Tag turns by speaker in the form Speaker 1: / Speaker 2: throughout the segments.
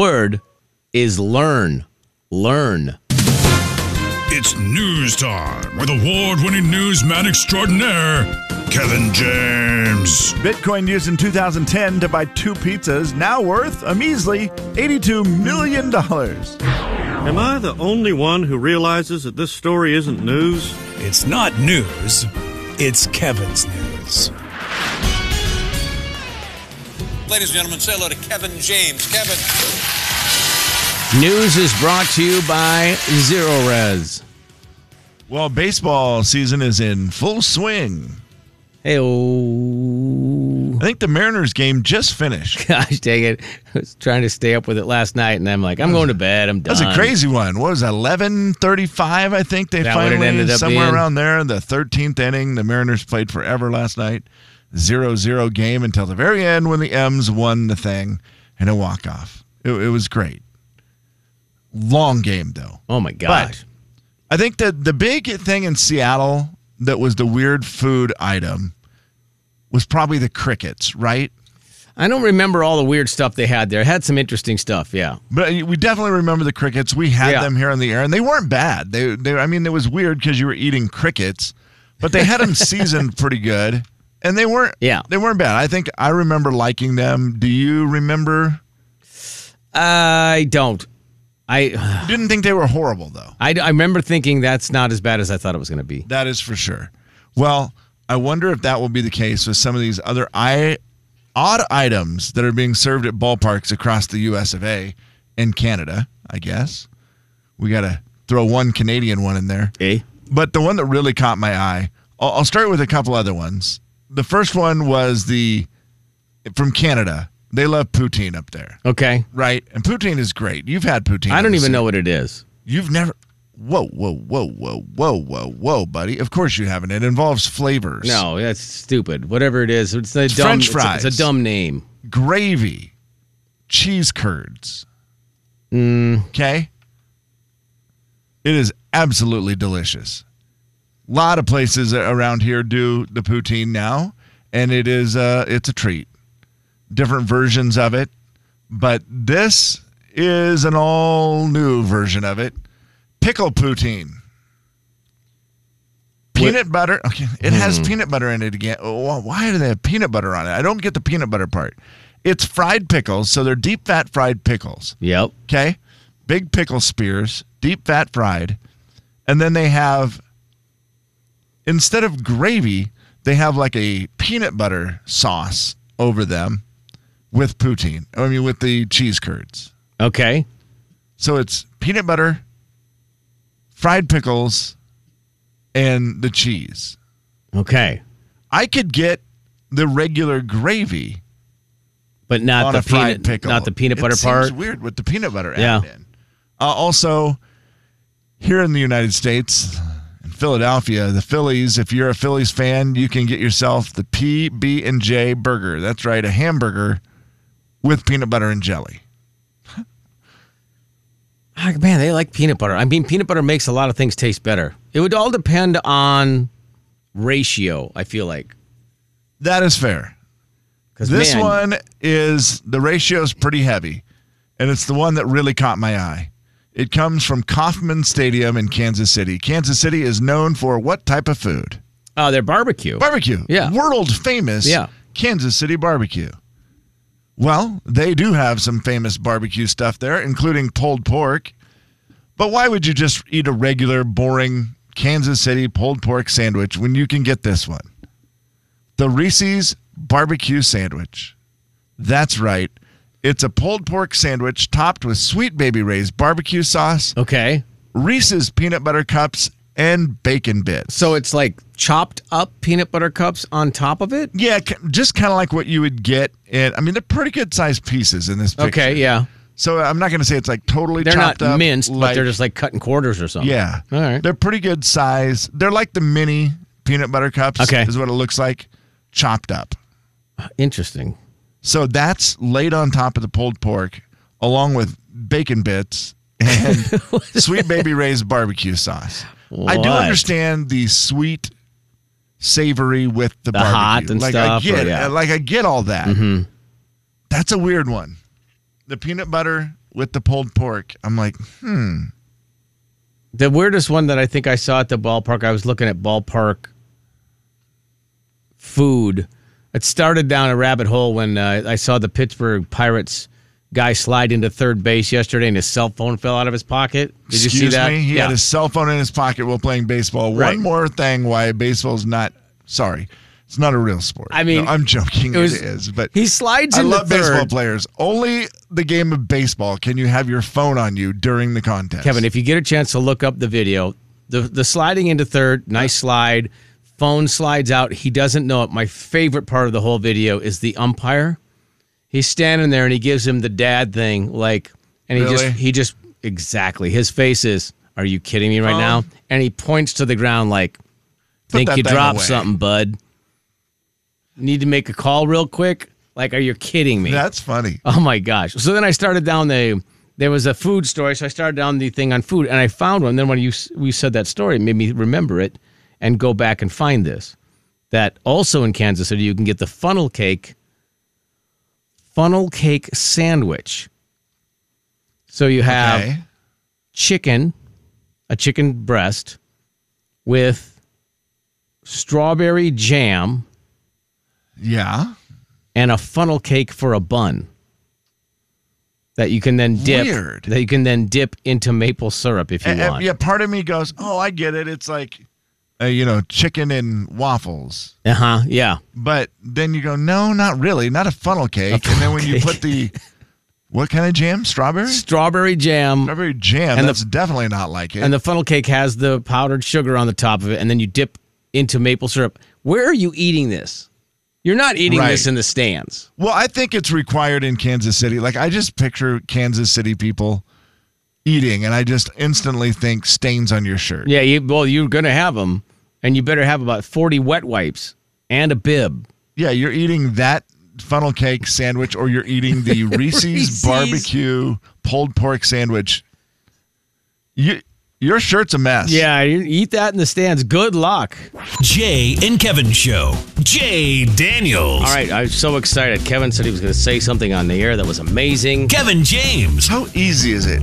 Speaker 1: word is learn. Learn.
Speaker 2: It's news time with award winning newsman extraordinaire, Kevin James.
Speaker 3: Bitcoin used in 2010 to buy two pizzas, now worth a measly $82 million.
Speaker 4: Am I the only one who realizes that this story isn't news?
Speaker 5: It's not news, it's Kevin's news.
Speaker 6: Ladies and gentlemen, say hello to Kevin James. Kevin.
Speaker 1: News is brought to you by Zero Res.
Speaker 3: Well, baseball season is in full swing.
Speaker 1: Hey, oh.
Speaker 3: I think the Mariners game just finished.
Speaker 1: Gosh dang it. I was trying to stay up with it last night, and I'm like, I'm going to bed. I'm done.
Speaker 3: That's a crazy one. What was that, 11:35? I think they
Speaker 1: That what it
Speaker 3: finally
Speaker 1: ended up
Speaker 3: somewhere
Speaker 1: being?
Speaker 3: around there in the 13th inning. The Mariners played forever last night. 0-0 game until the very end when the M's won the thing in a walk off. It, it was great. Long game though.
Speaker 1: Oh, my gosh.
Speaker 3: I think that the big thing in Seattle that was the weird food item was probably the crickets, right?
Speaker 1: I don't remember all the weird stuff they had there. It had some interesting stuff, yeah.
Speaker 3: But we definitely remember the crickets. We had
Speaker 1: Yeah.
Speaker 3: them here on the air, and they weren't bad. They, they I mean, it was weird because you were eating crickets, but they had them seasoned pretty good, and they weren't.
Speaker 1: Yeah.
Speaker 3: they weren't bad. I think I remember liking them. Do you remember?
Speaker 1: I don't. I,
Speaker 3: Didn't think they were horrible though.
Speaker 1: I, I remember thinking that's not as bad as I thought it was going to be.
Speaker 3: That is for sure. Well, I wonder if that will be the case with some of these other I, odd items that are being served at ballparks across the U.S. of A. and Canada. I guess we got to throw one Canadian one in there.
Speaker 1: Eh?
Speaker 3: But the one that really caught my eye, I'll, I'll start with a couple other ones. The first one was the from Canada. They love poutine up there,
Speaker 1: Okay.
Speaker 3: right? And poutine is great. You've had poutine.
Speaker 1: I
Speaker 3: in
Speaker 1: don't
Speaker 3: the
Speaker 1: even
Speaker 3: city.
Speaker 1: know what it is.
Speaker 3: You've never. Whoa, whoa, whoa, whoa, whoa, whoa, whoa, buddy. Of course you haven't. It involves flavors.
Speaker 1: No, that's stupid. Whatever it is, it's a dumb.
Speaker 3: French
Speaker 1: it's a- It's a,
Speaker 3: fries.
Speaker 1: dumb name.
Speaker 3: Gravy, cheese curds. Okay. It is absolutely delicious. A lot of places around here do the poutine now, and it is uh, it's a treat. Different versions of it, but this is an all new version of it. Pickle poutine. Peanut butter. Okay, it has peanut butter in it again. Oh, Why do they have peanut butter on it? I don't get the peanut butter part. It's fried pickles, so they're deep fat fried pickles.
Speaker 1: Yep.
Speaker 3: Okay. Big pickle spears, deep fat fried. And then they have, instead of gravy, they have like a peanut butter sauce over them with poutine. I mean, with the cheese curds.
Speaker 1: Okay.
Speaker 3: So it's peanut butter, fried pickles, and the cheese.
Speaker 1: Okay.
Speaker 3: I could get the regular gravy
Speaker 1: But not
Speaker 3: on
Speaker 1: the
Speaker 3: a fried
Speaker 1: peanut,
Speaker 3: pickle.
Speaker 1: not the peanut
Speaker 3: It
Speaker 1: butter
Speaker 3: seems
Speaker 1: part.
Speaker 3: Weird with the peanut butter
Speaker 1: Yeah.
Speaker 3: added in. Uh, also, here in the United States, in Philadelphia, the Phillies. If you're a Phillies fan, you can get yourself the PB and J burger. That's right, a hamburger with peanut butter and jelly.
Speaker 1: Ah, man, they like peanut butter. I mean, peanut butter makes a lot of things taste better. It would all depend on ratio. I feel like
Speaker 3: That is fair.
Speaker 1: because
Speaker 3: This one is the ratio is pretty heavy, and it's the one that really caught my eye. It comes from Kauffman Stadium in Kansas City. Kansas City is known for what type of food?
Speaker 1: Oh, they're barbecue.
Speaker 3: barbecue.
Speaker 1: Yeah.
Speaker 3: World famous
Speaker 1: Yeah.
Speaker 3: Kansas City barbecue. Well, they do have some famous barbecue stuff there, including pulled pork. But why would you just eat a regular, boring Kansas City pulled pork sandwich when you can get this one? The Reese's barbecue sandwich. That's right. It's a pulled pork sandwich topped with sweet baby Ray's barbecue sauce,
Speaker 1: okay.
Speaker 3: Reese's peanut butter cups, and bacon bits.
Speaker 1: So it's like chopped up peanut butter cups on top of it.
Speaker 3: Yeah, k- just kind of like what you would get in. I mean, they're pretty good sized pieces in this picture.
Speaker 1: Okay. Yeah.
Speaker 3: So I'm not going to say it's like totally.
Speaker 1: They're
Speaker 3: chopped
Speaker 1: not
Speaker 3: up,
Speaker 1: minced, but
Speaker 3: like-
Speaker 1: they're just like cut in quarters or something.
Speaker 3: Yeah.
Speaker 1: All right.
Speaker 3: They're pretty good size. They're like the mini peanut butter cups.
Speaker 1: Okay.
Speaker 3: Is what it looks like, chopped up.
Speaker 1: Interesting.
Speaker 3: So that's laid on top of the pulled pork, along with bacon bits and sweet baby Ray's barbecue sauce. I do
Speaker 1: What?
Speaker 3: understand the sweet, savory with
Speaker 1: The
Speaker 3: the, barbecue.
Speaker 1: hot and
Speaker 3: like
Speaker 1: stuff,
Speaker 3: I get,
Speaker 1: or- yeah. Mm-hmm.
Speaker 3: like I get all that. That's a weird one. The peanut butter with the pulled pork. I'm like,
Speaker 1: The weirdest one that I think I saw at the ballpark, I was looking at ballpark food. It started down a rabbit hole when uh, I saw the Pittsburgh Pirates guy slide into third base yesterday and his cell phone fell out of his pocket. Did you
Speaker 3: excuse
Speaker 1: see that?
Speaker 3: me. He
Speaker 1: yeah.
Speaker 3: had his cell phone in his pocket while playing baseball.
Speaker 1: Right.
Speaker 3: One more thing why baseball's not sorry. It's not a real sport.
Speaker 1: I mean,
Speaker 3: No, I'm joking.
Speaker 1: it was-
Speaker 3: it is, but
Speaker 1: he slides
Speaker 3: I
Speaker 1: into
Speaker 3: love baseball
Speaker 1: third.
Speaker 3: players. Only the game of baseball can you have your phone on you during the contest.
Speaker 1: Kevin, if you get a chance to look up the video, the the sliding into third, nice slide, phone slides out. He doesn't know it. My favorite part of the whole video is the umpire. He's standing there and he gives him the dad thing, like, and he
Speaker 3: Really?
Speaker 1: just he just exactly his face is. Are you kidding me right now? And he points to the ground like, think
Speaker 3: that
Speaker 1: you
Speaker 3: thing
Speaker 1: dropped
Speaker 3: away."
Speaker 1: something, bud. Need to make a call real quick. Like, are you kidding me?
Speaker 3: that's funny.
Speaker 1: Oh my gosh. So then I started down the there was a food story, so I started down the thing on food and I found one. Then when you we said that story, it made me remember it and go back and find this. That also in Kansas City you can get the funnel cake funnel cake sandwich. So you have
Speaker 3: Okay.
Speaker 1: chicken, a chicken breast with strawberry jam
Speaker 3: Yeah.
Speaker 1: and a funnel cake for a bun that you can then dip
Speaker 3: Weird.
Speaker 1: that you can then dip into maple syrup if you
Speaker 3: And- and
Speaker 1: want.
Speaker 3: yeah, part of me goes, "Oh, I get it. It's like uh, you know, chicken and waffles."
Speaker 1: Uh huh. Yeah.
Speaker 3: But then you go, no, not really, not a funnel cake. and then when you put the what kind of jam? Strawberry?
Speaker 1: Strawberry jam,
Speaker 3: Strawberry jam.
Speaker 1: And the-
Speaker 3: that's definitely not like it.
Speaker 1: and the funnel cake has the powdered sugar on the top of it, and then you dip into maple syrup. Where are you eating this? You're not eating
Speaker 3: Right.
Speaker 1: this in the stands.
Speaker 3: well, I think it's required in Kansas City. Like I just picture Kansas City people eating and I just instantly think stains on your shirt.
Speaker 1: Yeah. You, well, you're gonna have them, and you better have about 40 wet wipes and a bib.
Speaker 3: Yeah, you're eating that funnel cake sandwich or you're eating the Reese's,
Speaker 1: Reese's.
Speaker 3: barbecue pulled pork sandwich. You your shirt's a mess.
Speaker 1: Yeah. You eat that in the stands. Good luck.
Speaker 5: Jay and Kevin Show. Jay Daniels.
Speaker 1: All right. I'm so excited. Kevin said he was gonna say something on the air that was amazing.
Speaker 5: Kevin James.
Speaker 3: How easy is it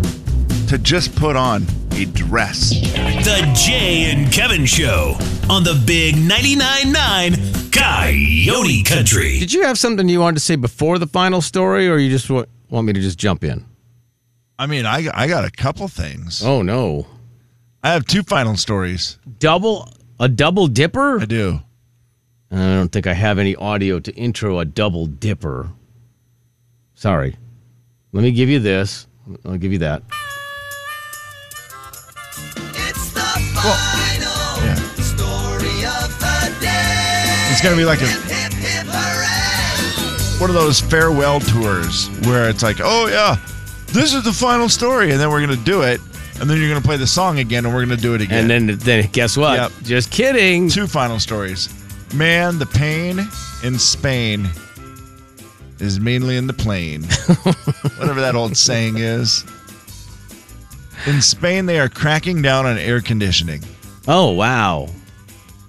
Speaker 3: to just put on a dress?
Speaker 5: The Jay and Kevin Show on the Big 99.9 9 Coyote Country.
Speaker 1: Did you have something you wanted to say before the final story, or you just want, want me to just jump in?
Speaker 3: I mean, I, I got a couple things.
Speaker 1: Oh no,
Speaker 3: I have two final stories.
Speaker 1: double a double dipper?
Speaker 3: I do.
Speaker 1: I don't think I have any audio to intro a double dipper. Sorry. Let me give you this. I'll give you that.
Speaker 7: It's the final story of the day.
Speaker 3: It's going to be like a,
Speaker 7: Hip, hip, hooray.
Speaker 3: one of those farewell tours where it's like, oh, yeah, this is the final story. And then we're going to do it. And then you're going to play the song again and we're going to do it again.
Speaker 1: And then then guess what?
Speaker 3: Yep.
Speaker 1: Just kidding.
Speaker 3: two final stories. Man, the pain in Spain is mainly in the plane. Whatever that old saying is. In Spain, they are cracking down on air conditioning.
Speaker 1: Oh wow.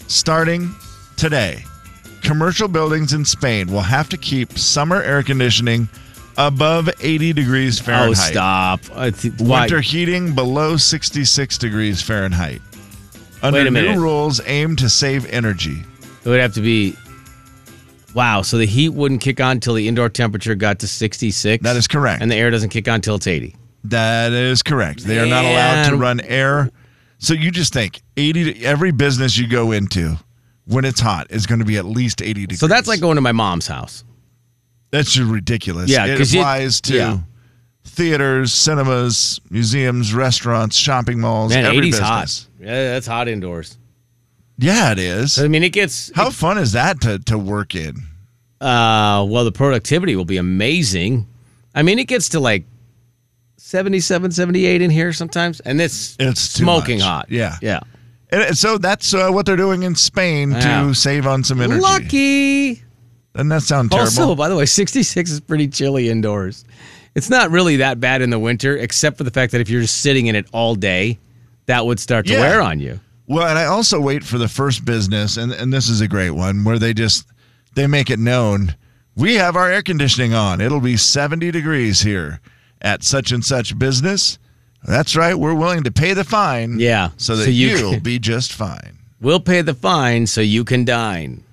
Speaker 3: Starting today, commercial buildings in Spain will have to keep summer air conditioning above 80 degrees
Speaker 1: Oh
Speaker 3: Fahrenheit.
Speaker 1: stop. I th- why?
Speaker 3: Winter heating below 66 degrees Fahrenheit. Under
Speaker 1: Wait a minute.
Speaker 3: new rules aimed to save energy.
Speaker 1: It would have to be. Wow. So the heat wouldn't kick on till the indoor temperature got to 66.
Speaker 3: That is correct.
Speaker 1: And the air doesn't kick on till it's 80.
Speaker 3: That is correct. They are not allowed to
Speaker 1: Man.
Speaker 3: run air. So you just think 80 to, every business you go into when it's hot is going to be at least 80 degrees.
Speaker 1: So that's like going to my mom's house.
Speaker 3: that's just ridiculous.
Speaker 1: Yeah,
Speaker 3: it
Speaker 1: 'cause you-
Speaker 3: applies to
Speaker 1: yeah.
Speaker 3: theaters, cinemas, museums, restaurants, shopping malls,
Speaker 1: Man,
Speaker 3: every
Speaker 1: 80's
Speaker 3: business.
Speaker 1: hot. Yeah, that's hot indoors.
Speaker 3: Yeah, it is.
Speaker 1: I mean, it gets
Speaker 3: How fun is that to to work in?
Speaker 1: uh well, the productivity will be amazing. I mean, it gets to like 77, 78 in here sometimes, and it's
Speaker 3: It's too
Speaker 1: smoking
Speaker 3: much.
Speaker 1: hot.
Speaker 3: Yeah.
Speaker 1: yeah.
Speaker 3: And so that's uh, what they're doing in Spain
Speaker 1: Yeah.
Speaker 3: to save on some energy.
Speaker 1: Lucky.
Speaker 3: Doesn't that sound terrible?
Speaker 1: Also, by the way, 66 is pretty chilly indoors. It's not really that bad in the winter, except for the fact that if you're just sitting in it all day, that would start to
Speaker 3: Yeah.
Speaker 1: wear on you.
Speaker 3: Well, and I also wait for the first business, and, and this is a great one where they just they make it known we have our air conditioning on. It'll be seventy degrees here, at such and such business. That's right. We're willing to pay the fine.
Speaker 1: Yeah,
Speaker 3: So that
Speaker 1: so you
Speaker 3: you'll
Speaker 1: can-
Speaker 3: be just fine.
Speaker 1: We'll pay the fine so you can dine.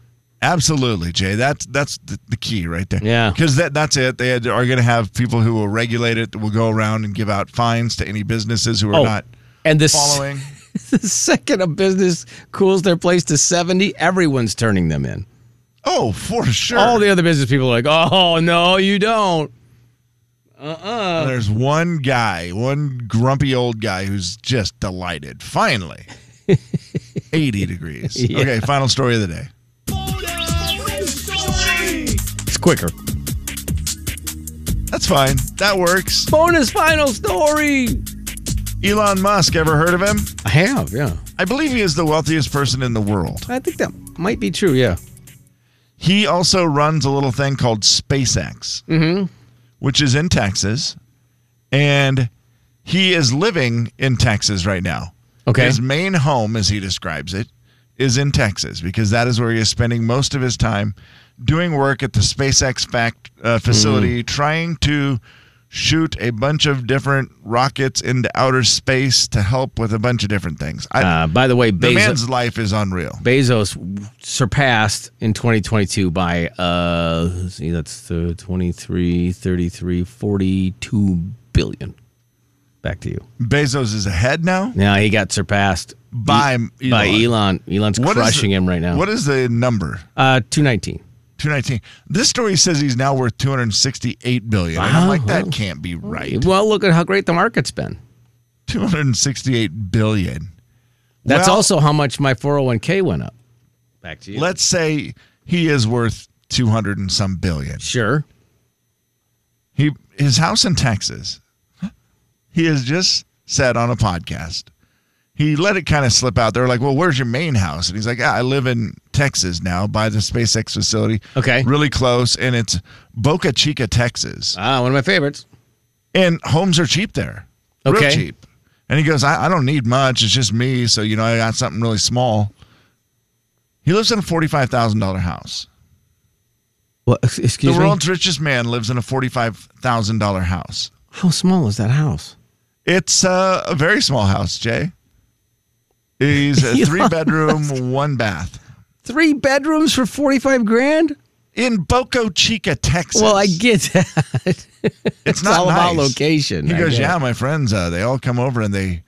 Speaker 3: Absolutely, Jay. That's that's the, the key right there.
Speaker 1: Yeah.
Speaker 3: because that that's it. They had- are going to have people who will regulate it. Will go around and give out fines to any businesses who are
Speaker 1: Oh.
Speaker 3: not
Speaker 1: and the, s-
Speaker 3: following.
Speaker 1: the second a business cools their place to 70, everyone's turning them in.
Speaker 3: Oh, for sure.
Speaker 1: All the other business people are like, oh, no, you don't.
Speaker 3: There's one guy, one grumpy old guy who's just delighted. Finally, eighty degrees. Okay, final story of the day.
Speaker 1: It's quicker.
Speaker 3: That's fine. That works.
Speaker 1: Bonus final story.
Speaker 3: Elon Musk. Ever heard of him?
Speaker 1: I have, yeah.
Speaker 3: I believe he is the wealthiest person in the world.
Speaker 1: I think that might be true, yeah.
Speaker 3: He also runs a little thing called SpaceX, mm-hmm. which is in Texas, and he is living in Texas right now.
Speaker 1: Okay.
Speaker 3: His main home, as he describes it, is in Texas because that is where he is spending most of his time doing work at the SpaceX fact, uh,
Speaker 1: Mm.
Speaker 3: facility, trying to shoot a bunch of different rockets into outer space to help with a bunch of different things. I,
Speaker 1: Uh, by the way,
Speaker 3: the
Speaker 1: Bezos.
Speaker 3: man's life is unreal.
Speaker 1: Bezos surpassed in 2022 by uh let's see that's uh, the 23 33 42 billion back to you
Speaker 3: Bezos is ahead now.
Speaker 1: now he got surpassed
Speaker 3: By
Speaker 1: E- by Elon Elon's
Speaker 3: What is
Speaker 1: crushing
Speaker 3: the-
Speaker 1: him right now
Speaker 3: What is the number?
Speaker 1: uh 219
Speaker 3: 219. This story says he's now worth 268 billion. And I'm
Speaker 1: Wow.
Speaker 3: like, that can't be right.
Speaker 1: well look at how great the market's been
Speaker 3: 268 billion.
Speaker 1: that's
Speaker 3: Well-
Speaker 1: also how much my 401k went up back to you
Speaker 3: Let's say he is worth 200 and some billion.
Speaker 1: sure
Speaker 3: He his house in Texas. He has just said on a podcast. He let it kind of slip out. They're like, "Well, where's your main house?" And he's like, ah, "I live in Texas now, by the SpaceX facility.
Speaker 1: Okay.
Speaker 3: really close, and it's Boca Chica, Texas.
Speaker 1: ah one of my favorites
Speaker 3: and homes are cheap there. Real
Speaker 1: Okay.
Speaker 3: cheap. And he goes, I, I don't need much. It's just me. So, you know, I got something really small. He lives in a $45,000 house.
Speaker 1: well ex- excuse
Speaker 3: the
Speaker 1: me
Speaker 3: world's richest man lives in a $45,000 house.
Speaker 1: how small is that house
Speaker 3: It's uh, a very small house, Jay. He's a
Speaker 1: Elon
Speaker 3: three bedroom, one bath
Speaker 1: three bedrooms for 45 grand
Speaker 3: in Boca Chica, Texas.
Speaker 1: Well, I get that. It's,
Speaker 3: not
Speaker 1: all about
Speaker 3: nice.
Speaker 1: location.
Speaker 3: He
Speaker 1: I
Speaker 3: goes,
Speaker 1: get
Speaker 3: yeah,
Speaker 1: it.
Speaker 3: my friends, uh, they all come over and they,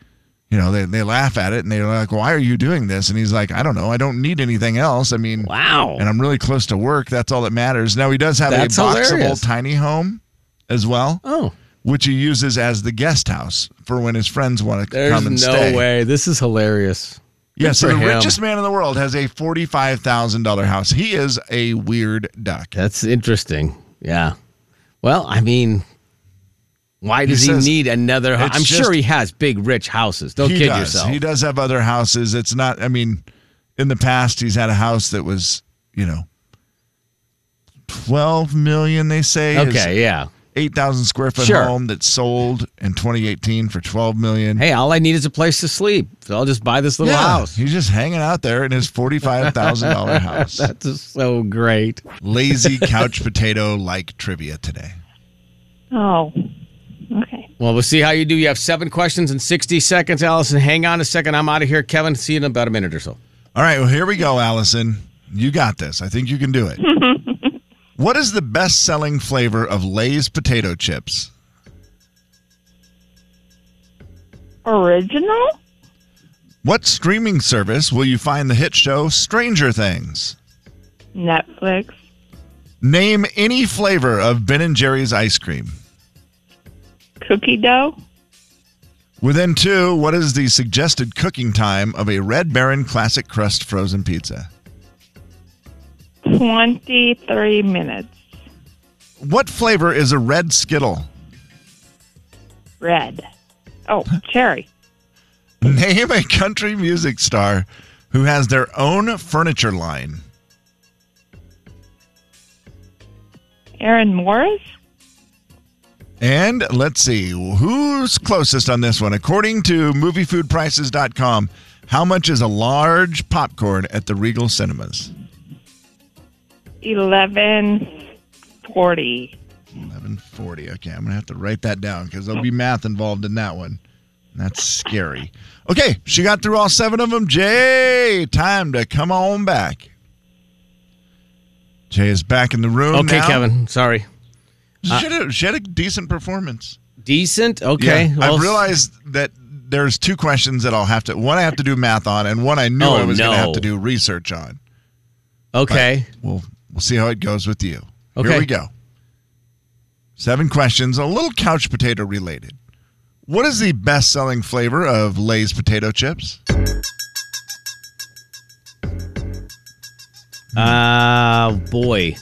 Speaker 3: you know, they, they laugh at it and they're like, why are you doing this? And he's like, I don't know. I don't need anything else. I mean,
Speaker 1: Wow.
Speaker 3: and I'm really close to work. That's all that matters. Now he does have
Speaker 1: That's
Speaker 3: a boxable
Speaker 1: hilarious.
Speaker 3: tiny home as well,
Speaker 1: oh,
Speaker 3: which he uses as the guest house for when his friends want to
Speaker 1: there's
Speaker 3: come and
Speaker 1: no
Speaker 3: stay.
Speaker 1: way. This is hilarious.
Speaker 3: Yeah,
Speaker 1: Good
Speaker 3: so
Speaker 1: for
Speaker 3: the
Speaker 1: him.
Speaker 3: richest man in the world has a forty-five thousand dollar house. He is a weird duck.
Speaker 1: That's interesting. Yeah. Well, I mean, why does he,
Speaker 3: says-
Speaker 1: need another? hu-
Speaker 3: It's
Speaker 1: I'm
Speaker 3: just-
Speaker 1: sure he has big, rich houses. Don't
Speaker 3: he
Speaker 1: kid
Speaker 3: does.
Speaker 1: yourself.
Speaker 3: He does have other houses. It's not. I mean, in the past, he's had a house that was, you know, twelve million. They say His
Speaker 1: okay. Yeah.
Speaker 3: eight thousand square foot
Speaker 1: Sure.
Speaker 3: home that sold in twenty eighteen for twelve million.
Speaker 1: Hey, all I need is a place to sleep. So I'll just buy this little house.
Speaker 3: He's just hanging out there in his forty-five thousand dollar house.
Speaker 1: That's just so great.
Speaker 3: Lazy couch potato like trivia today.
Speaker 8: Oh, okay.
Speaker 1: Well, we'll see how you do. You have seven questions in 60 seconds, Allison. Hang on a second. I'm out of here. Kevin, see you in about a minute or so.
Speaker 3: All right, well here we go, Allison. You got this. I think you can do it. what is the best-selling flavor of Lay's potato chips?
Speaker 8: Original?
Speaker 3: What streaming service will you find the hit show Stranger Things?
Speaker 8: Netflix.
Speaker 3: Name any flavor of Ben and Jerry's ice cream.
Speaker 8: Cookie dough?
Speaker 3: Within two, what is the suggested cooking time of a Red Baron classic crust frozen pizza?
Speaker 8: 23 minutes.
Speaker 3: What flavor is a red Skittle?
Speaker 8: Red. Oh, cherry.
Speaker 3: Name a country music star who has their own furniture line.
Speaker 8: Aaron Morris?
Speaker 3: And let's see, who's closest on this one? According to moviefoodprices.com, how much is a large popcorn at the Regal Cinemas?
Speaker 8: 1140.
Speaker 3: Eleven forty. Okay, I'm gonna have to write that down because there'll be math involved in that one. That's scary. Okay, she got through all seven of them. Jay, time to come on back. Jay is back in the room.
Speaker 1: Okay,
Speaker 3: now.
Speaker 1: Kevin. Sorry.
Speaker 3: She had, a, she had a decent performance.
Speaker 1: Decent. Okay.
Speaker 3: Yeah,
Speaker 1: well,
Speaker 3: I realized that there's two questions that I'll have to one I have to do math on, and one I knew
Speaker 1: Oh,
Speaker 3: I was going to
Speaker 1: no.
Speaker 3: have to do research on. But
Speaker 1: Okay.
Speaker 3: we'll we'll see how it goes with you. Here
Speaker 1: Okay.
Speaker 3: we go. Seven questions, a little couch potato related. What is the best selling flavor of Lay's potato chips?
Speaker 1: Ah, boy.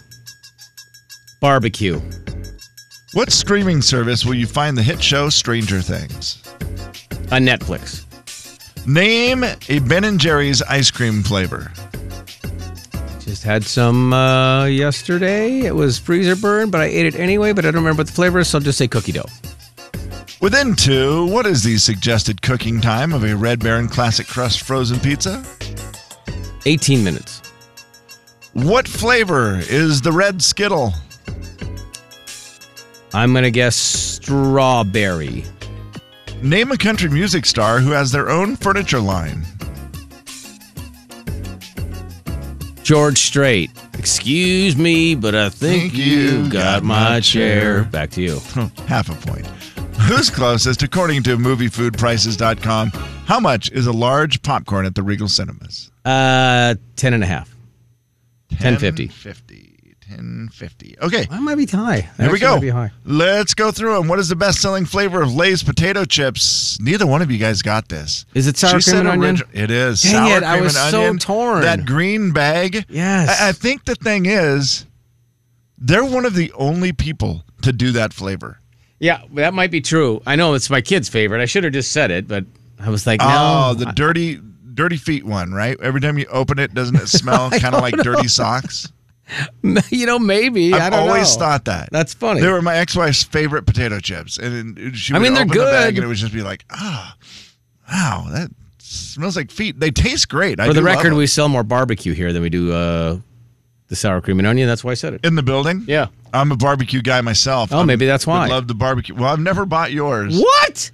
Speaker 1: Barbecue.
Speaker 3: What streaming service will you find the hit show Stranger Things?
Speaker 1: On Netflix.
Speaker 3: Name a Ben and Jerry's ice cream flavor.
Speaker 1: Just had some uh, yesterday. It was freezer burn, but I ate it anyway. But I don't remember what the flavor is, so I'll just say cookie dough.
Speaker 3: Within two, what is the suggested cooking time of a Red Baron classic crust frozen pizza?
Speaker 1: 18 minutes.
Speaker 3: What flavor is the red Skittle?
Speaker 1: I'm gonna guess strawberry.
Speaker 3: Name a country music star who has their own furniture line.
Speaker 1: George Strait. Excuse me, but I think, you got my chair. Back to you.
Speaker 3: Half a point. Who's closest, according to moviefoodprices.com? How much is a large popcorn at the Regal Cinemas?
Speaker 1: Uh, ten and a half. 10.50.
Speaker 3: 1050. 1050. Okay.
Speaker 1: That might be high. That
Speaker 3: Here we
Speaker 1: actually
Speaker 3: go.
Speaker 1: might be high.
Speaker 3: Let's go through them. What is the best selling flavor of Lay's potato chips? Neither one of you guys got this.
Speaker 1: Is it sour
Speaker 3: She
Speaker 1: cream
Speaker 3: said
Speaker 1: and onion?
Speaker 3: origi- It is.
Speaker 1: Dang
Speaker 3: sour
Speaker 1: it, I
Speaker 3: cream
Speaker 1: was
Speaker 3: and
Speaker 1: so
Speaker 3: onion.
Speaker 1: torn.
Speaker 3: That green bag.
Speaker 1: Yes.
Speaker 3: I, I think the thing is, they're one of the only people to do that flavor.
Speaker 1: Yeah, that might be true. I know it's my kid's favorite. I should have just said it, but I was like, no.
Speaker 3: Oh, the dirty, dirty feet one, right? Every time you open it, doesn't it smell kind of like dirty socks?
Speaker 1: you know, maybe. I
Speaker 3: I've
Speaker 1: don't
Speaker 3: always
Speaker 1: know.
Speaker 3: thought that.
Speaker 1: That's funny.
Speaker 3: They were my ex-wife's favorite potato chips, and then she
Speaker 1: I
Speaker 3: would
Speaker 1: mean, they're
Speaker 3: open the bag,
Speaker 1: good.
Speaker 3: and it would just be like, ah, wow, that smells like feet. They taste great. I
Speaker 1: For the
Speaker 3: do love
Speaker 1: record,
Speaker 3: them.
Speaker 1: we sell more barbecue here than we do uh, the sour cream and onion. That's why I said it.
Speaker 3: in the building.
Speaker 1: Yeah.
Speaker 3: I'm a barbecue guy myself.
Speaker 1: Oh,
Speaker 3: I'm-
Speaker 1: maybe that's
Speaker 3: would
Speaker 1: why.
Speaker 3: love the barbecue. Well, I've never bought yours.
Speaker 1: What?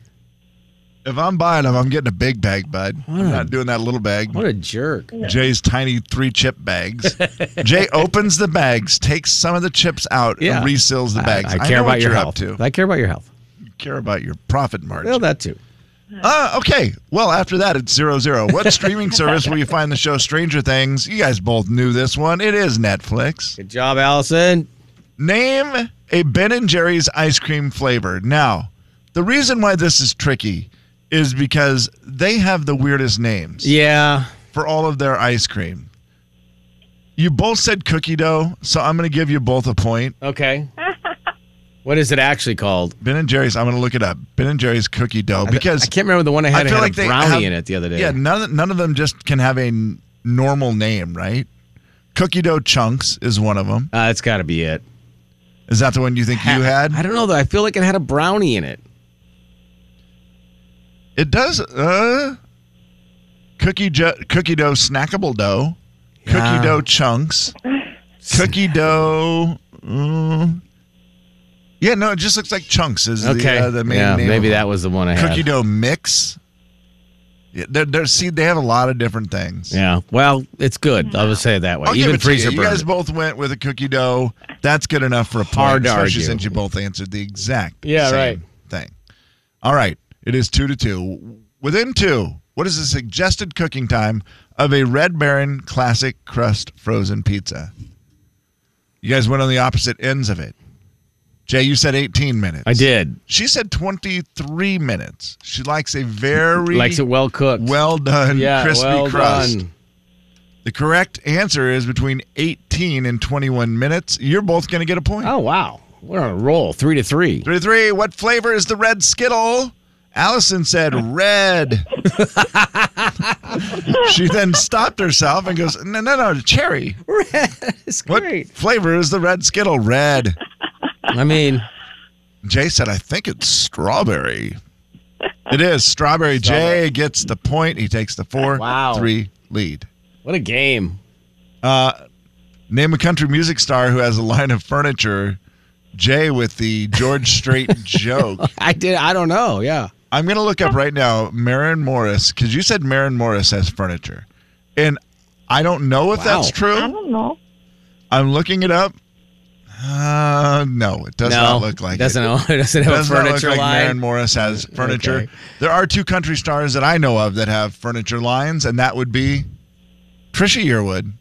Speaker 3: If I'm buying them, I'm getting a big bag, bud. I'm not doing that little bag.
Speaker 1: What a jerk.
Speaker 3: Jay's tiny three chip bags. Jay opens the bags, takes some of the chips out,
Speaker 1: Yeah.
Speaker 3: and reseals the bags.
Speaker 1: I, I care
Speaker 3: know
Speaker 1: about
Speaker 3: what
Speaker 1: your
Speaker 3: you're
Speaker 1: health.
Speaker 3: up to.
Speaker 1: I care about your health.
Speaker 3: care about your profit margin.
Speaker 1: Well, that too.
Speaker 3: Uh, okay. Well, after that, it's zero zero. What streaming service will you find the show Stranger Things? You guys both knew this one. It is Netflix.
Speaker 1: Good job, Allison.
Speaker 3: Name a Ben and Jerry's ice cream flavor. Now, the reason why this is tricky is because they have the weirdest names
Speaker 1: Yeah.
Speaker 3: for all of their ice cream. You both said cookie dough, so I'm going to give you both a point.
Speaker 1: Okay. what is it actually called?
Speaker 3: Ben and Jerry's. I'm going to look it up. Ben and Jerry's cookie dough because
Speaker 1: I can't remember the one I had. it had a brownie
Speaker 3: have-
Speaker 1: in it the other day.
Speaker 3: Yeah, none of- none of them just can have a n- normal name, right? Cookie dough chunks is one of them.
Speaker 1: Uh, it's got to be it.
Speaker 3: Is that the one you think you
Speaker 1: I
Speaker 3: had?
Speaker 1: don't know though. I feel like it had a brownie in it.
Speaker 3: It does. Uh, cookie jo- cookie dough snackable dough,
Speaker 1: Yeah.
Speaker 3: cookie dough chunks, cookie dough. mm. yeah, no, it just looks like chunks is
Speaker 1: Okay.
Speaker 3: the, uh, the main
Speaker 1: yeah,
Speaker 3: name.
Speaker 1: maybe
Speaker 3: of
Speaker 1: that was the one I
Speaker 3: it.
Speaker 1: had.
Speaker 3: cookie dough mix. Yeah, they're, they're, see, they have a lot of different things.
Speaker 1: Yeah. Well, it's good. I would say it that way.
Speaker 3: I'll give
Speaker 1: Even
Speaker 3: it to
Speaker 1: freezer
Speaker 3: you. you
Speaker 1: burn.
Speaker 3: guys both went with a cookie dough. That's good enough for a point.
Speaker 1: Hard to
Speaker 3: especially
Speaker 1: argue.
Speaker 3: since you both answered the exact
Speaker 1: Yeah,
Speaker 3: same
Speaker 1: right.
Speaker 3: thing. All right. It is two to two. Within two, what is the suggested cooking time of a Red Baron classic crust frozen pizza? You guys went on the opposite ends of it. Jay, you said 18 minutes.
Speaker 1: I did.
Speaker 3: She said 23 minutes. She likes a very
Speaker 1: Likes it well cooked.
Speaker 3: well done
Speaker 1: yeah,
Speaker 3: crispy
Speaker 1: well
Speaker 3: crust.
Speaker 1: done.
Speaker 3: The correct answer is between 18 and 21 minutes. You're both going to get a point.
Speaker 1: Oh wow, we're on a roll. Three to three.
Speaker 3: Three to three. What flavor is the red Skittle? Allison said red. she then stopped herself and goes, No, no, no, cherry.
Speaker 1: It's
Speaker 3: What
Speaker 1: great.
Speaker 3: flavor is the red Skittle? Red.
Speaker 1: I mean,
Speaker 3: Jay said, I think it's strawberry. It is strawberry. Jay gets the point. He takes the four
Speaker 1: Wow.
Speaker 3: three lead.
Speaker 1: what a game.
Speaker 3: Name a country music star who has a line of furniture Jay with the George Strait joke.
Speaker 1: I did. I don't know. Yeah.
Speaker 3: I'm going to look up right now Marin Morris because you said Marin Morris has furniture. And I don't know if that's
Speaker 1: Wow.
Speaker 8: I
Speaker 3: true.
Speaker 8: don't know.
Speaker 3: I'm looking it up. Uh, no, it does
Speaker 1: no.
Speaker 3: not look like
Speaker 1: doesn't
Speaker 3: it.
Speaker 1: know. It doesn't have
Speaker 3: does
Speaker 1: a
Speaker 3: not
Speaker 1: furniture
Speaker 3: look like
Speaker 1: line.
Speaker 3: Marin Morris has furniture.
Speaker 1: Okay.
Speaker 3: There are two country stars that I know of that have furniture lines, and that would be Trisha Yearwood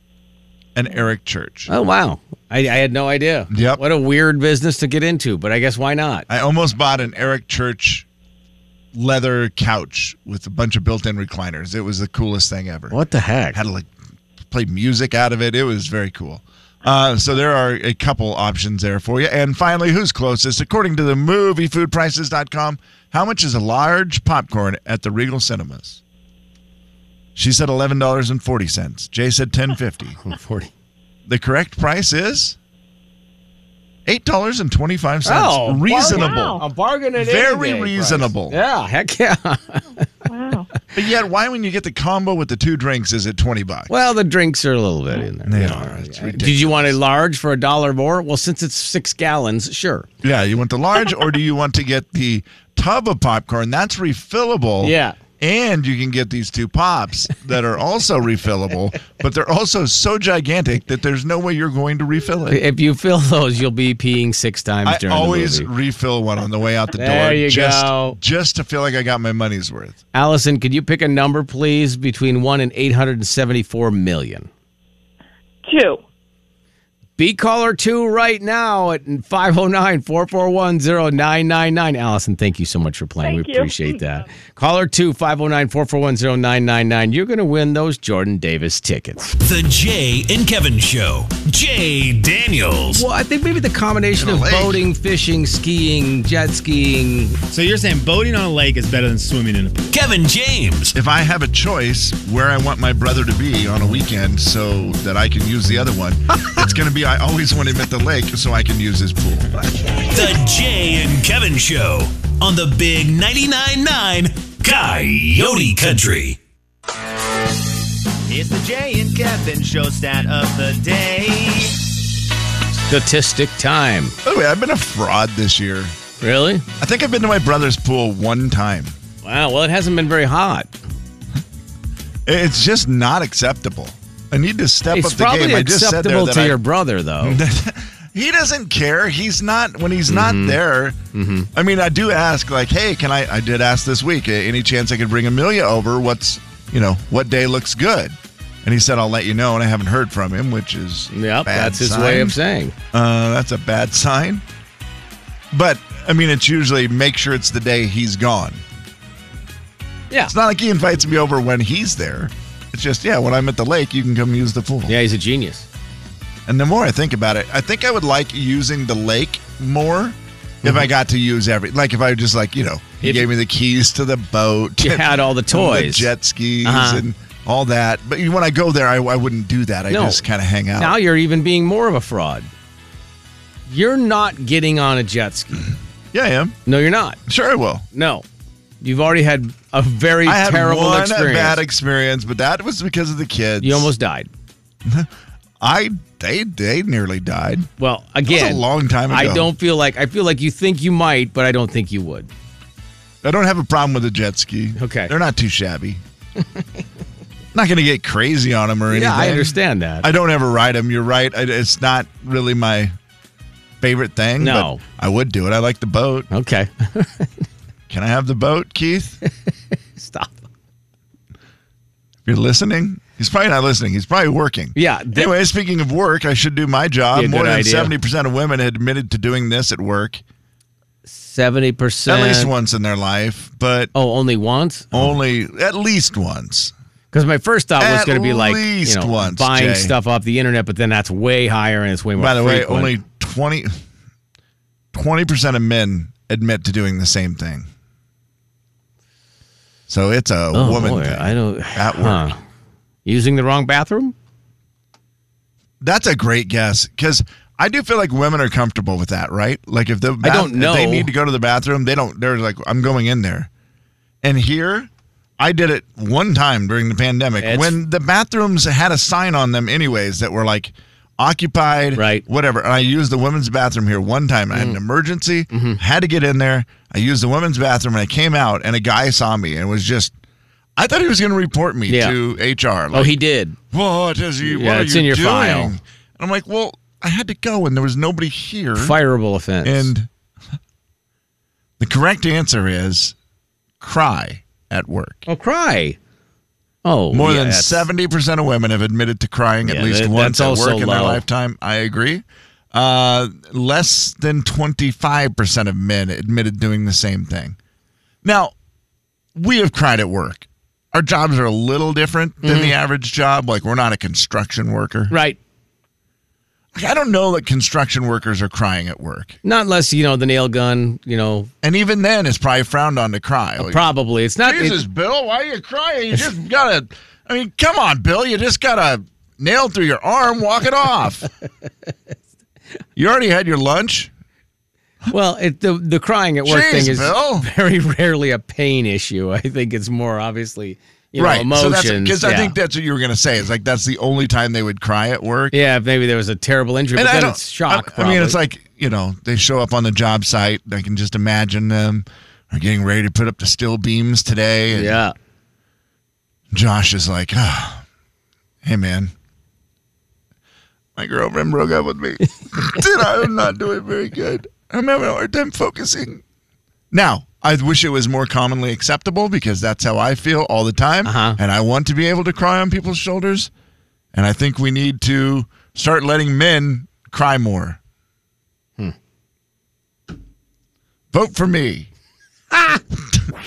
Speaker 3: and Eric Church.
Speaker 1: Oh wow. I, I had no idea.
Speaker 3: Yep.
Speaker 1: What a weird business to get into, but I guess why not?
Speaker 3: I almost bought an Eric Church leather couch with a bunch of built-in recliners. It was the coolest thing ever.
Speaker 1: What the heck?
Speaker 3: Had to like play music out of it. It was very cool. Uh, so there are a couple options there for you. And finally, who's closest? According to the moviefoodprices.com, how much is a large popcorn at the Regal Cinemas? She said eleven dollars and forty cents. Jay said ten fifty.
Speaker 1: Forty.
Speaker 3: The correct price is eight dollars and twenty five cents. reasonable.
Speaker 8: wow.
Speaker 1: Oh, A bargain at
Speaker 3: Very
Speaker 1: any day price.
Speaker 3: reasonable.
Speaker 1: Yeah. Heck yeah.
Speaker 8: Wow.
Speaker 3: But yet, why when you get the combo with the two drinks is it twenty bucks?
Speaker 1: Well, the drinks are a little bit in there.
Speaker 3: They
Speaker 1: Yeah.
Speaker 3: are. It's
Speaker 1: Did you want a large for a dollar more? Well, since it's six gallons, sure.
Speaker 3: yeah, you want the large, or do you want to get the tub of popcorn that's refillable?
Speaker 1: Yeah.
Speaker 3: and you can get these two pops that are also refillable, but they're also so gigantic that there's no way you're going to refill it.
Speaker 1: If you fill those, you'll be peeing six times
Speaker 3: I
Speaker 1: during
Speaker 3: always
Speaker 1: the movie.
Speaker 3: refill one on the way out the
Speaker 1: There
Speaker 3: door
Speaker 1: you
Speaker 3: just
Speaker 1: go.
Speaker 3: just to feel like I got my money's worth.
Speaker 1: Allison, could you pick a number, please, between one and eight hundred and seventy-four million?
Speaker 8: Two.
Speaker 1: Be caller two right now at 509-441-0999. Allison, thank you so much for playing.
Speaker 8: Thank
Speaker 1: we
Speaker 8: you.
Speaker 1: appreciate that. Caller two, 509-441-0999. You're going to win those Jordan Davis tickets.
Speaker 5: The Jay and Kevin Show. Jay Daniels.
Speaker 1: Well, I think maybe the combination of
Speaker 3: lake.
Speaker 1: boating, fishing, skiing, jet skiing.
Speaker 9: So you're saying boating on a lake is better than swimming in a pool?
Speaker 5: Kevin James.
Speaker 3: If I have a choice where I want my brother to be on a weekend so that I can use the other one, it's going to be I always want him at the lake so I can use his pool.
Speaker 5: The Jay and Kevin Show on the Big 99.9 9 Coyote Country.
Speaker 9: It's the Jay and Kevin show stat of the day.
Speaker 1: Statistic time.
Speaker 3: By the way, I've been a fraud this year.
Speaker 1: Really?
Speaker 3: I think I've been to my brother's pool one time.
Speaker 1: Wow. Well, it hasn't been very hot.
Speaker 3: It's just not acceptable. I need to step
Speaker 1: It's
Speaker 3: up the game.
Speaker 1: probably
Speaker 3: I just said there
Speaker 1: acceptable
Speaker 3: that
Speaker 1: to
Speaker 3: I-
Speaker 1: your brother, though.
Speaker 3: he doesn't care. He's not when he's
Speaker 1: Mm-hmm.
Speaker 3: not there. I mean, I do ask like, hey, can I? I did ask this week. "A- Any chance I could bring Amelia over? What's you know what day looks good? And he said, I'll let you know. And I haven't heard from him, which is a
Speaker 1: yep.
Speaker 3: bad
Speaker 1: That's his
Speaker 3: sign.
Speaker 1: way of saying.
Speaker 3: Uh, that's a bad sign. But I mean, it's usually make sure it's the day he's gone.
Speaker 1: Yeah.
Speaker 3: It's not like he invites me over when he's there. It's just yeah, when I'm at the lake, you can come use the pool.
Speaker 1: Yeah, he's a genius.
Speaker 3: And the more I think about it, I think I would like using the lake more if I got to use every. Like if I just like you know, he
Speaker 1: Mm-hmm. If-
Speaker 3: gave me the keys to the boat.
Speaker 1: You had all the
Speaker 3: and
Speaker 1: toys.
Speaker 3: jet skis,
Speaker 1: Uh-huh.
Speaker 3: and all that. But when I go there, I, I wouldn't do that. I
Speaker 1: No.
Speaker 3: just kind of hang out.
Speaker 1: Now you're even being more of a fraud. You're not getting on a jet ski.
Speaker 3: yeah, I am.
Speaker 1: No, you're not.
Speaker 3: Sure, I will.
Speaker 1: No. You've already had a very
Speaker 3: I had
Speaker 1: terrible
Speaker 3: one
Speaker 1: experience.
Speaker 3: bad experience, but that was because of the kids.
Speaker 1: you almost died.
Speaker 3: I they they nearly died.
Speaker 1: Well,
Speaker 3: was a
Speaker 1: again,
Speaker 3: long time
Speaker 1: I
Speaker 3: ago.
Speaker 1: don't feel like I feel like you think you might, but I don't think you would.
Speaker 3: I don't have a problem with the jet ski.
Speaker 1: Okay.
Speaker 3: they're not too shabby. not going to get crazy on them or anything.
Speaker 1: Yeah, I understand that.
Speaker 3: I don't ever ride them. You're right. I, it's not really my favorite thing.
Speaker 1: No.
Speaker 3: but I would do it. I like the boat.
Speaker 1: okay,
Speaker 3: Can I have the boat, Keith? if
Speaker 1: stop.
Speaker 3: you're listening, he's probably not listening. He's probably working.
Speaker 1: Yeah, th-
Speaker 3: anyway, speaking of work, I should do my job.
Speaker 1: Yeah,
Speaker 3: More
Speaker 1: good
Speaker 3: than
Speaker 1: idea.
Speaker 3: seventy percent of women had admitted to doing this at work,
Speaker 1: Seventy percent.
Speaker 3: at least once in their life, but
Speaker 1: Oh, only once?
Speaker 3: only at least once.
Speaker 1: Because my first thought was
Speaker 3: At
Speaker 1: going to be like you
Speaker 3: least
Speaker 1: know,
Speaker 3: once,
Speaker 1: buying
Speaker 3: Jay.
Speaker 1: stuff off the internet, but then that's way higher and it's way more.
Speaker 3: By the way,
Speaker 1: frequent.
Speaker 3: only 20 percent of men admit to doing the same thing. So it's a
Speaker 1: oh,
Speaker 3: woman
Speaker 1: boy,
Speaker 3: thing.
Speaker 1: I don't
Speaker 3: at work.
Speaker 1: huh. using the wrong bathroom.
Speaker 3: That's a great guess because I do feel like women are comfortable with that, right? Like if the bath-
Speaker 1: don't
Speaker 3: if they
Speaker 1: know.
Speaker 3: need to go to the bathroom, they don't. They're like, I'm going in there. And here, I did it one time during the pandemic
Speaker 1: It's-
Speaker 3: when the bathrooms had a sign on them, anyways, that were like occupied,
Speaker 1: Right. Mm.
Speaker 3: Whatever. And I used the women's bathroom here one time. I had an emergency,
Speaker 1: Mm-hmm.
Speaker 3: had to get in there. I used the women's bathroom and I came out, and a guy saw me and was just. I thought he was going to report me
Speaker 1: Yeah.
Speaker 3: to HR. Like,
Speaker 1: Oh, he did.
Speaker 3: what is
Speaker 1: Yeah,
Speaker 3: he? what are
Speaker 1: it's
Speaker 3: you
Speaker 1: in your
Speaker 3: doing?
Speaker 1: file.
Speaker 3: And I'm like, well, I had to go, and there was nobody here.
Speaker 1: Fireable offense.
Speaker 3: And the correct answer is cry at work.
Speaker 1: oh, cry. Oh,
Speaker 3: More
Speaker 1: yeah,
Speaker 3: than
Speaker 1: that's-
Speaker 3: seventy percent of women have admitted to crying
Speaker 1: Yeah,
Speaker 3: at least
Speaker 1: that-
Speaker 3: once at
Speaker 1: that's
Speaker 3: work
Speaker 1: also
Speaker 3: in their
Speaker 1: low.
Speaker 3: lifetime. I agree. Uh, less than twenty-five percent of men admitted doing the same thing. Now, we have cried at work. Our jobs are a little different
Speaker 1: Mm-hmm.
Speaker 3: than the average job. Like we're not a construction worker.
Speaker 1: Right.
Speaker 3: Like, I don't know that construction workers are crying at work,
Speaker 1: Not unless you know the nail gun. You know,
Speaker 3: and even then, it's probably frowned on to cry. Like,
Speaker 1: probably it's not.
Speaker 3: Jesus,
Speaker 1: it-
Speaker 3: Bill, why are you crying? You just gotta. I mean, come on, Bill. You just gotta nail through your arm. Walk it off. you already had your lunch.
Speaker 1: well, it, the the crying at work
Speaker 3: Jeez,
Speaker 1: thing is
Speaker 3: Bill.
Speaker 1: very rarely a pain issue. I think it's more obviously you
Speaker 3: right.
Speaker 1: know,
Speaker 3: So
Speaker 1: emotions.
Speaker 3: that's because
Speaker 1: yeah.
Speaker 3: I think that's what you were gonna say. Is like that's the only time they would cry at work.
Speaker 1: yeah, if maybe there was a terrible injury,
Speaker 3: And
Speaker 1: but
Speaker 3: I
Speaker 1: then
Speaker 3: don't.
Speaker 1: it's shock.
Speaker 3: I, I mean, it's
Speaker 1: probably.
Speaker 3: like you know they show up on the job site. I can just imagine them. Are getting ready to put up the steel beams today. And
Speaker 1: yeah.
Speaker 3: Josh is like, oh, hey, man. My girlfriend broke up with me. Dude, I'm not doing very good. I'm having a hard time focusing. Now, I wish it was more commonly acceptable because that's how I feel all the time.
Speaker 1: Uh-huh.
Speaker 3: And I want to be able to cry on people's shoulders. And I think we need to start letting men cry more. Vote for me.